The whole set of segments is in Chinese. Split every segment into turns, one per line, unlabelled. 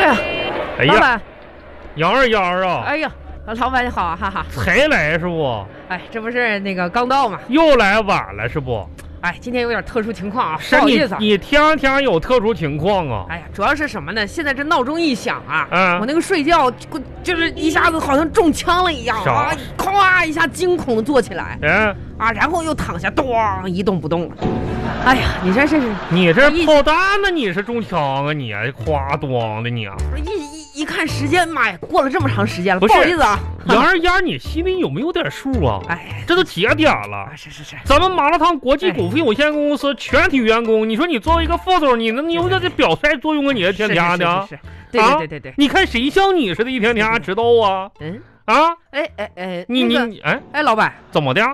哎
啊老
呀，
板，
杨二丫儿啊，
哎呀，老板你好啊，哈哈。
才来是不？
哎，这不是那个刚到嘛？
又来晚了是不？
哎，今天有点特殊情况啊，不
是
好
你
意思啊。
你天天有特殊情况啊？
哎呀，主要是什么呢？现在这闹钟一响啊，
嗯
我那个睡觉就就是一下子好像中枪了一样
啥
啊，咵一下惊恐的坐起来
哎，
啊，然后又躺下，咣一动不动了。哎呀，你这这是
你这
我一
炮弹呢？你是中枪啊？你夸咣的 你啊！
一一一看时间，妈呀，过了这么长时间了，
不
不
是
好意思啊。
杨二丫，你心里有没有点数啊？
哎，
这都几点了
啊？是是是，
咱们麻辣烫国际股份有限公司全体员工，你说你作为一个副总，你能有点这表率作用啊？你这天天
是
的，
是是是，对
啊
对对对对，
你看谁像你似的，一天天知道啊
嗯，
啊！
哎哎哎，
你
那
你
个
你哎，
哎，老板
怎么的？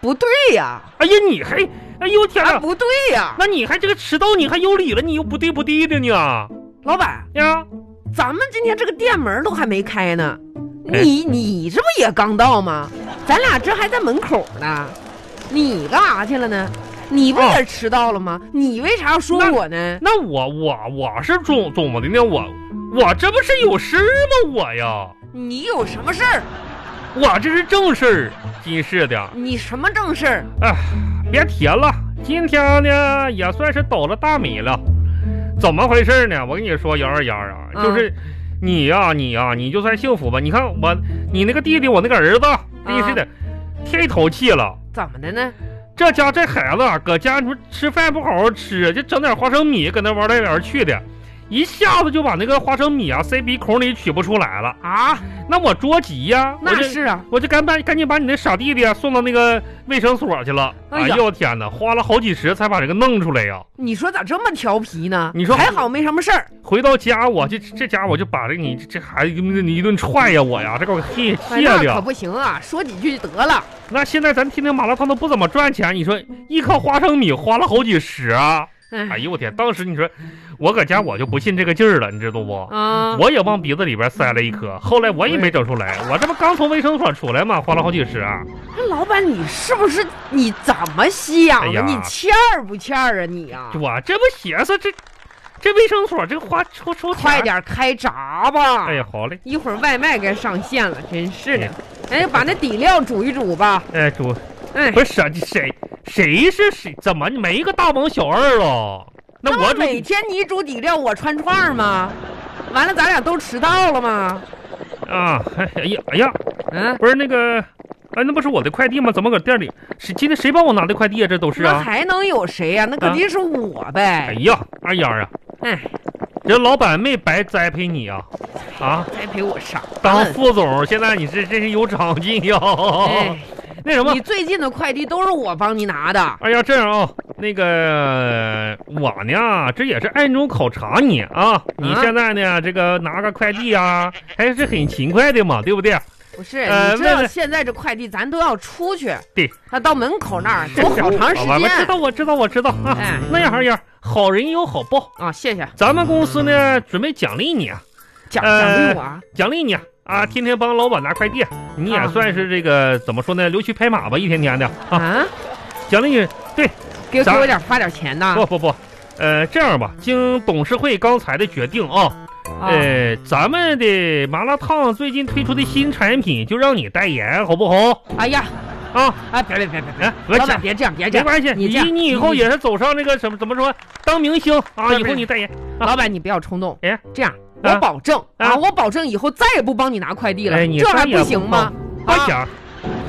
不对呀，
哎呀，你还哎呦天
哎
哪！
不对呀，
那你还这个迟到，你还有理了？你又不对不对的呢？
老板，
呀，
咱们今天这个店门都还没开呢，
哎
你你这不也刚到吗？咱俩这还在门口呢，你干啥去了呢？你不也迟到了吗？你为啥要说
那
我呢？
那我我我是总怎么的呢？我我这不是有事儿吗？我呀，
你有什么事儿？
我这是正事儿，今世的。
你什么正事儿？
哎，别提了，今天呢也算是倒了大霉了。怎么回事呢？我跟你说，杨二丫啊，
嗯
就是你呀、你呀、你就算幸福吧。你看我，你那个弟弟，我那个儿子，真是的，添一头气了。
怎么的呢？
这家这孩子啊搁家，你说吃饭不好好吃，啊就整点花生米，搁那玩来玩儿去的，一下子就把那个花生米啊塞鼻孔里取不出来了。
啊，
那我着急呀、我
那
就是
啊，
我就赶把赶紧把你那傻弟弟啊送到那个卫生所去了。
哎
哎
呀
呦我天哪，花了好几十才把这个弄出来呀、
你说咋这么调皮呢？
你说
还好没什么事儿。
回到家我就这家我就把这你这这孩子你一顿踹呀、我呀，这给我气
哎
气
那可
的。
不行啊，说几句得了。
那现在咱天天麻辣烫都不怎么赚钱，你说一颗花生米花了好几十啊！哎
哎，
呦我天，当时你说我搁家我就不信这个劲儿了，你知道不？
啊，
我也往鼻子里边塞了一颗，后来我也没整出来，我这不刚从卫生所出来嘛，花了好几十啊。
这老板，你是不是你怎么想
哎
的？
呀
你欠儿不欠儿啊你啊？
我这不寻思这这卫生所这花抽抽钱
快！点开闸吧！
哎呀，好嘞，
一会儿外卖该上线了，真是的。哎，把那底料煮一煮吧。
哎主，
哎，
不是谁谁谁是谁？怎么没个大王小二了？那我
不每
主
天你煮底料，我串串儿吗？完了，咱俩都迟到了吗？
啊！哎呀哎呀，
嗯，
不是那个，哎，那不是我的快递吗？怎么搁店里？谁今天谁帮我拿的快递啊？这都是
那
啊！
还能有谁呀、那肯定是我
哎
呗。
呀，二丫啊，
哎，
人老板没白栽培你啊！啊，
栽培我哎啥？
当副哦总，现在你这真是有长进呀！
哎，
那什么
你，最近的快递都是我帮你拿的。
哎呀，这样啊、那个我呢，这也是暗中考察你啊。你现在呢，这个拿个快递啊，还是很勤快的嘛，对不 对？
不是，
呃
你知
问
道
问
现在这快递咱都要出去，
对，
他到门口那儿走好长时
好吧我知
间。啊
道，我知道，我知道啊。
哎，
那样二样，好人有好报。
啊，谢谢，
咱们公司呢，准备奖励你啊，
奖
呃
奖励我啊。
奖励你啊啊，天天帮老板拿快递，你也
啊
算是这个怎么说呢，溜须拍马吧，一天天的啊。
啊
奖励你，对，
给给
咱哦
我点发点钱呐！
不不不，呃，这样吧，经董事会刚才的决定啊。
啊，
呃，咱们的麻辣烫最近推出的新产品，就让你代言，好不好？
哎呀，
啊，
哎，别别别别别，
哎，我
老板
讲，
别这样，别这
没
样，
关系，
你
你
这样
你以后也是走上那个什么怎么说，当明星啊，
不是
以
不
后
是
你代言，啊
老板你不要冲动
哎。
这样，
啊
我保证
啊
啊，我保证以后再也不帮你拿快递了
哎，你
这
再
还
也
不行
不
吗？
我
啊，哎
讲，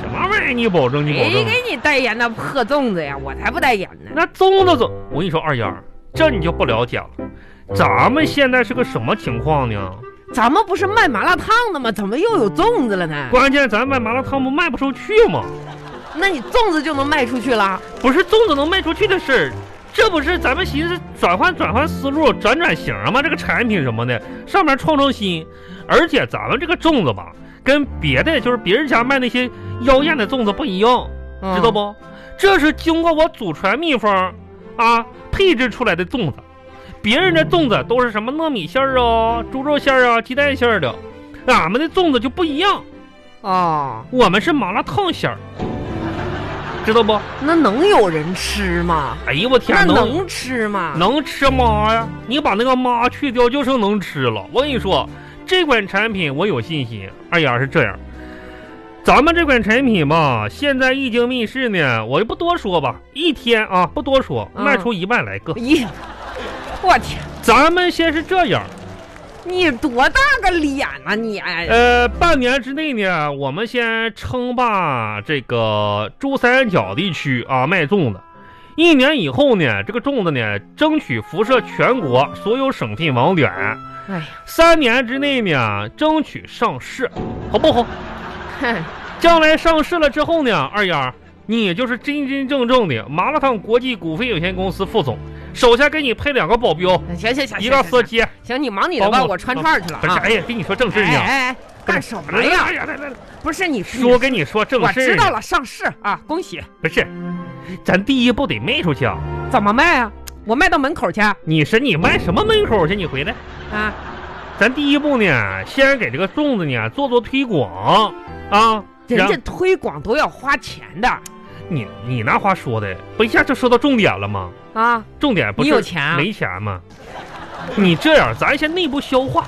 什么玩意儿？你保证，你保
谁
证，啊
给你代言那破粽子呀？我才不代言呢！
那粽子粽，我跟你说，二丫，这你就不了解了。咱们现在是个什么情况呢？
咱们不是卖麻辣烫的吗？怎么又有粽子了呢？
关键咱卖麻辣烫不卖不出去吗？
那你粽子就能卖出去了？
不是粽子能卖出去的事儿，这不是咱们寻思转换转换思路、转转型吗？这个产品什么的，上面创创新，而且咱们这个粽子吧，跟别的就是别人家卖那些妖艳的粽子不一样，
嗯
知道？不？这是经过我祖传秘方啊配制出来的粽子，别人的粽子都是什么糯米馅儿啊、猪肉馅儿啊、鸡蛋馅儿的，俺们的粽子就不一样，
哦，
我们是麻辣烫馅儿。知道不？
那能有人吃吗？
哎呦我天
那，
能
能吃吗？
能吃妈呀！你把那个妈去掉，就剩能吃了。我跟你说，这款产品我有信心。二丫是这样，咱们这款产品吧，现在一经面世呢，我就不多说吧，一天啊不多说，
嗯
卖出一万来个。
咦，我天，
咱们先是这样，
你多大个脸呐、你？哎，
呃，半年之内呢，我们先称霸这个珠三角地区啊，卖粽子。一年以后呢，这个粽子呢，争取辐射全国所有省份网点。呃
哎呀，
三年之内呢，争取上市，好不好？
哼
将来上市了之后呢，二丫，你就是真真正正的麻辣烫国际股份有限公司副总，手下给你配两个保镖，
行行行，
一个
行
司机。
行行，你忙你的吧，
保姆
我穿串儿去了
不是，
啊。
哎呀，跟你说正事
哎
儿呢。
哎哎，干什么
来来
呀？
来来来来，
不是你
说，跟你说正
我
事儿呢。
知道了，上市啊，恭喜！
不是，咱第一步得卖出去啊！
怎么卖啊？我卖到门口去啊？
你是你卖什么门口去？你回来，
啊
咱第一步呢，先给这个粽子呢做做推广啊。
人家
然
推广都要花钱的
你你那话说的，不一下就说到重点了吗？
啊。
重点不是
你有钱啊
没钱吗？你这样，咱先内部消化。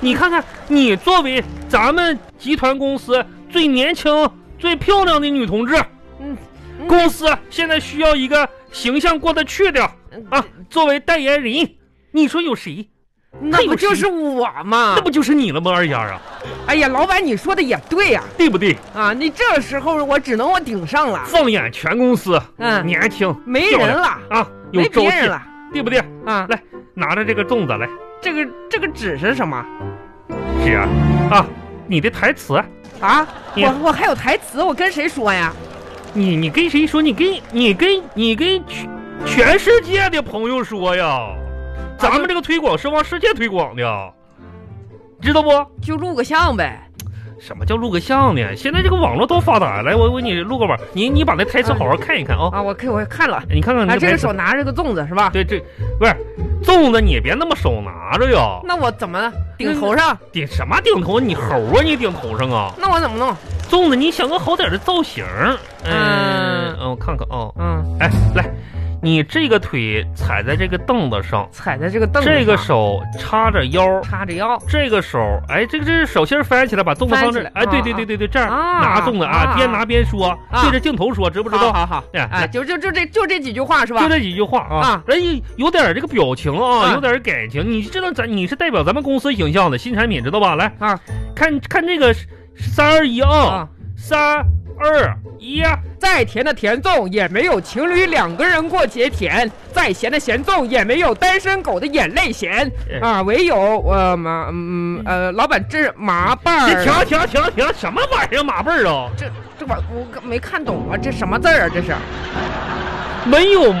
你看看，你作为咱们集团公司最年轻、最漂亮的女同志，
嗯嗯
公司现在需要一个形象过得去的
嗯
啊，作为代言人，你说有谁？
那不就是我吗
那？不就是你了吗？二丫啊，
哎呀，老板，你说的也对呀、
对不对？
啊！你这时候我只能我顶上了，
放眼全公司，
嗯
年轻
没
漂
人
亮
了，
啊，有
没
朝
别
气
人，了
对不对？
啊！
拿着这个粽子来，
这个这个纸是什么
是啊，啊，你的台词，
啊？
你
我我还有台词，我跟谁说呀？
你你跟谁说？你跟你跟你跟全全世界的朋友说呀，咱们这个推广是往世界推广的，知道不？
就录个像呗。
什么叫录个像呢？现在这个网络多发达，来，我我给你录个吧，你你把那台词好好看一看啊、
啊，我看我看了，
你看看
啊，
你
这
台
个
词。
手拿着个粽子是吧？
对，这不是粽子，你别那么手拿着呀，
那我怎么顶头上？
顶什么顶头？你猴啊，你顶头上啊！
那我怎么弄？
粽子，你想个好点的造型儿。嗯
嗯，
嗯，我看看啊，
嗯，
哎，来，你这个腿踩在这个凳子上，
踩在这个凳子上，
这个手叉着腰，
叉着腰，
这个手，哎，这个这个手心儿翻起来，把粽子
翻
放
起
这
来
儿，哎，对对
啊
对对对，这样
啊
拿粽子啊，
啊
边拿边说，
啊
对着镜头说，知不知
好
道？
好好，
哎
哎，就就就这就这几句话是吧
就？这几句话啊
啊，
人有有点儿这个表情啊，
啊
有点儿感情。你知道咱你是代表咱们公司形象的新产品，知道吧？来
啊，
看看这个三二一啊，
啊，
三二一，啊
再甜的甜粽也没有情侣两个人过节甜，再咸的咸粽也没有单身狗的眼泪咸
哎
啊，唯有呃麻嗯呃，老板这是麻瓣
这停
儿，
停停停，什么玩意儿马背儿啊？
这这我我没看懂啊，这什么字儿啊？这是啊
没有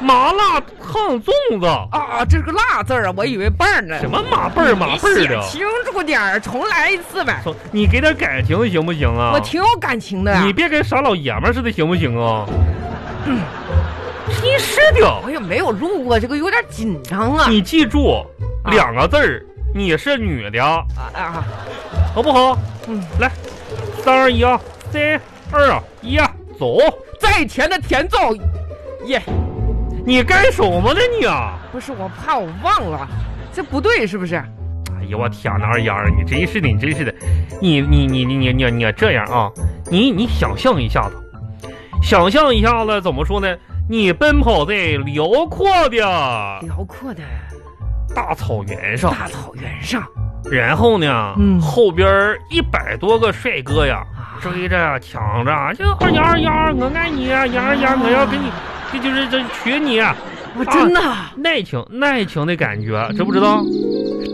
麻辣烫粽子，
啊，这是个辣字儿啊，我以为瓣儿呢。
什么马背儿马背儿的
你写？清楚点儿，重来一次呗。
说你给点感情行不行啊？
我啊挺有感情的呀
你。别跟傻老爷们儿似的，行不行啊？真是的，
嗯我也没有录过这个，有点紧张啊。
你记住
啊
两个字儿，你是女的，
啊啊，
好不好？
嗯，
来，三二一啊，三二一啊，走！
再甜的甜粽，也
你干什么呢你啊？
不是我怕我忘了，这不对是不是？
哎呦我天哪，二丫儿，你真是的，你真是的，你你你你你你你这样啊，你你想象一下子，想象一下子怎么说呢？你奔跑在辽阔的啊
辽阔的
大草原上，
大草原上
然后呢，
嗯
后边儿一百多个帅哥呀，
啊，
追着呀抢着啊，就二丫二丫，我爱你啊，丫儿丫，我要跟你，这就是这娶你啊，
我真的
爱情爱情的感觉，知不知道？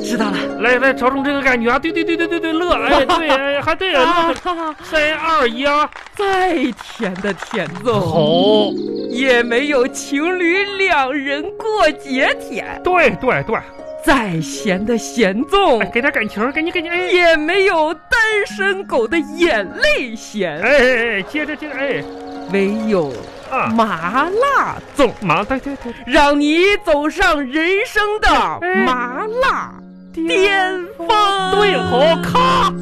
知道了。
来来，瞅瞅这个感觉啊，对对对对对对，乐，哎对，哎还对，乐
啊
得，三二一啊，
再甜的甜
好
粽，也没有情侣两人过节甜；
对对对，
再咸的咸
哎，
粽，
给点感情，给你给你，哎
也没有单身狗的眼泪咸。
哎哎哎，接着接着，哎
唯有
啊，
麻辣
走，马，对对对，
让你走上人生的麻辣巅峰。
哎对，好，咔，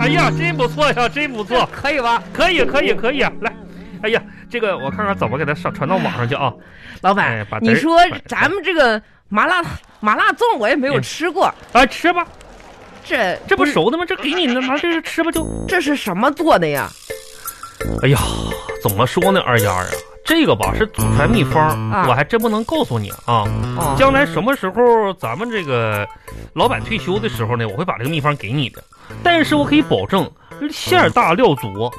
哎呀，真不错呀，真不错，
可以吧？
可以可以可以，来，哎呀，这个我看看怎么给它上传到网上去啊！
老板，
哎，把
你
嘚儿
说
把
咱们这个麻辣麻辣粽我也没有吃过，
啊吃吧，
这
这不
是
熟的吗？这给你拿这是吃吧就。
这是什么做的呀？
哎呀，怎么说呢，二丫啊，这个吧是祖传秘方，
啊
我还真不能告诉你啊。
哦，
将来什么时候咱们这个老板退休的时候呢，我会把这个秘方给你的。但是我可以保证，馅儿大料足。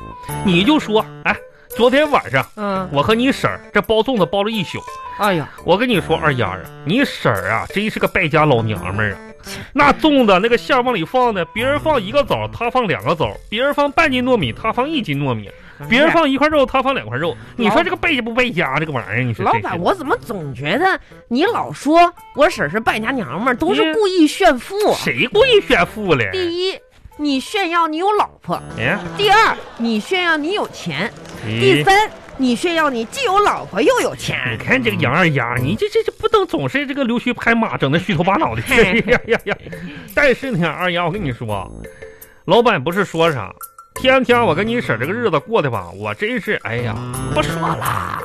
你就说，哎，昨天晚上
嗯，
我和你婶儿这包粽子包了一宿。
哎呀，
我跟你说，二丫啊，你婶儿啊，真是个败家老娘们儿啊。 那粽子那个馅儿往里放呢，别人放一个枣，她放两个枣；别人放半斤糯米，她放一斤糯
哎
米；别人放一块肉，她放两块肉。你说这个败家不败家？这个玩意儿，你说
老
这
板，
是
我怎么总觉得你老说我婶儿是败家娘们儿，都是
嗯
故意炫富？
谁故意炫富了？
第一，你炫耀你有老婆；
哎，
第二，你炫耀你有钱；
第
第三，你炫耀你既有老婆又有
嗯你
钱。
看这个杨二丫，你这这这不能总是这个溜须拍马，整的虚头巴脑的。哎呀呀呀！但是呢，二丫，我跟你说，老板不是说啥，天天我跟你婶儿这个日子过的吧，我真是哎呀，不说了，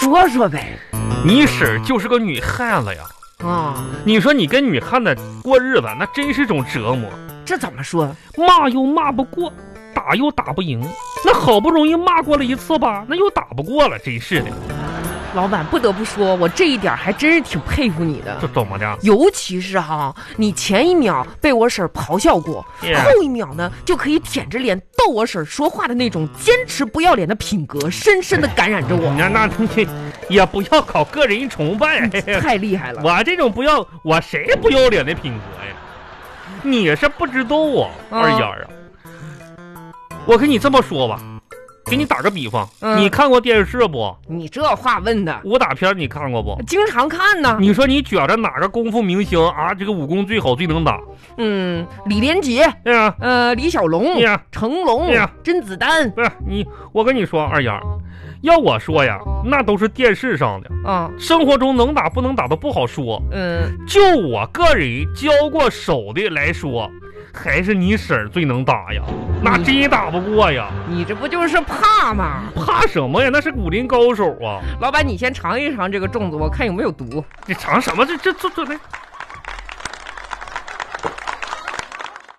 说说呗，
你婶儿就是个女汉子呀。
啊、
你说你跟女汉子过日子，那真是种折磨，
这怎么说？
骂又骂不过，打又打不赢。那好不容易骂过了一次吧，那又打不过了，真是的，
老板，不得不说，我这一点还真是挺佩服你的
这。怎么的？
尤其是哈，你前一秒被我婶儿咆哮过，
Yeah
后一秒呢就可以舔着脸逗我婶儿说话的那种坚持不要脸的品格，深深的感染着 我，
那那这也不要搞个人崇拜，
太厉害了
哎我这种不要我谁不要脸的品格呀？你是不知道啊，
嗯
二丫啊！我跟你这么说吧，给你打个比方，
嗯
你看过电视不？
你这话问的，
武打片你看过不？
经常看呢。
你说你觉着哪个功夫明星啊，这个武功最好最能打？
嗯，李连杰，
哎呀，
呃，李小龙
哎，呀，
成龙
哎呀，
甄子丹
不是你，我跟你说，二丫，要我说呀，那都是电视上的，
啊，
生活中能打不能打都不好说。
嗯，
就我个人交过手的来说，还是你婶儿最能打呀，那
嗯
真也打不过呀，
你这不就是怕吗？
怕什么呀？那是武林高手啊！
老板，你先尝一尝这个粽子，我看有没有毒。
你尝什么？这这这这来，